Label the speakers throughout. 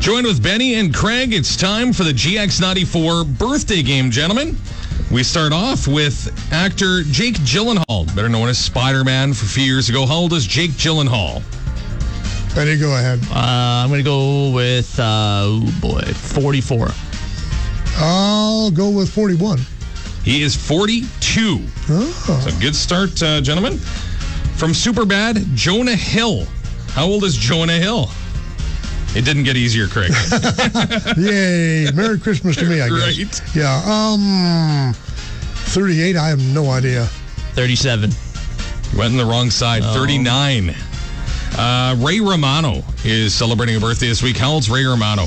Speaker 1: Joined with Benny and Craig, it's time for the GX94 birthday game, gentlemen. We start off with actor Jake Gyllenhaal, better known as Spider Man for a few years ago. How old is Jake Gyllenhaal?
Speaker 2: Benny, go ahead.
Speaker 3: Uh, I'm going to go with, uh, oh boy, 44.
Speaker 2: I'll go with 41.
Speaker 1: He is 42.
Speaker 2: Oh,
Speaker 1: So good start, uh, gentlemen. From Superbad, Jonah Hill. How old is Jonah Hill? It didn't get easier, Craig.
Speaker 2: yay. Merry Christmas to me, I guess.
Speaker 1: Right.
Speaker 2: Yeah. Um, 38, I have no idea.
Speaker 3: 37.
Speaker 1: Went on the wrong side.
Speaker 3: Oh.
Speaker 1: 39. Uh, Ray Romano is celebrating a birthday this week. How old's Ray Romano?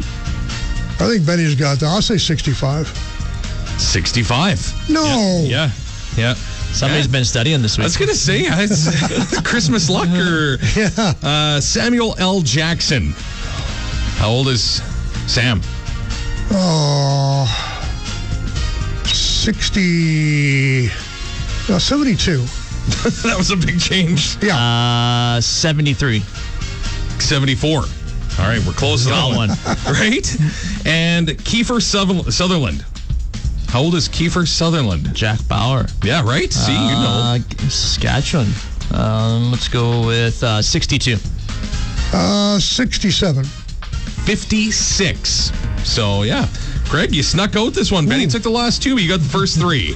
Speaker 2: I think Benny's got that. I'll say 65.
Speaker 1: 65.
Speaker 2: No.
Speaker 1: Yeah. Yeah.
Speaker 3: Somebody's
Speaker 1: Yeah.
Speaker 3: been studying this
Speaker 1: I
Speaker 3: week.
Speaker 1: was going to say, I- it's Christmas luck or
Speaker 2: Yeah.
Speaker 1: uh, Samuel L. Jackson. How old is Sam?
Speaker 2: Oh, 60. No, 72.
Speaker 1: that was a big change.
Speaker 2: Yeah.
Speaker 3: Uh, 73.
Speaker 1: 74. All right, we're closing
Speaker 3: Got
Speaker 1: on
Speaker 3: one.
Speaker 1: right? And Kiefer Suther- Sutherland. How old is Kiefer Sutherland?
Speaker 3: Jack Bauer.
Speaker 1: Yeah, right? See, you know.
Speaker 3: Uh, Saskatchewan. Um, let's go with uh, 62.
Speaker 2: Uh, 67.
Speaker 1: 56. So, yeah. Greg, you snuck out this one. Benny took the last two, but you got the first three.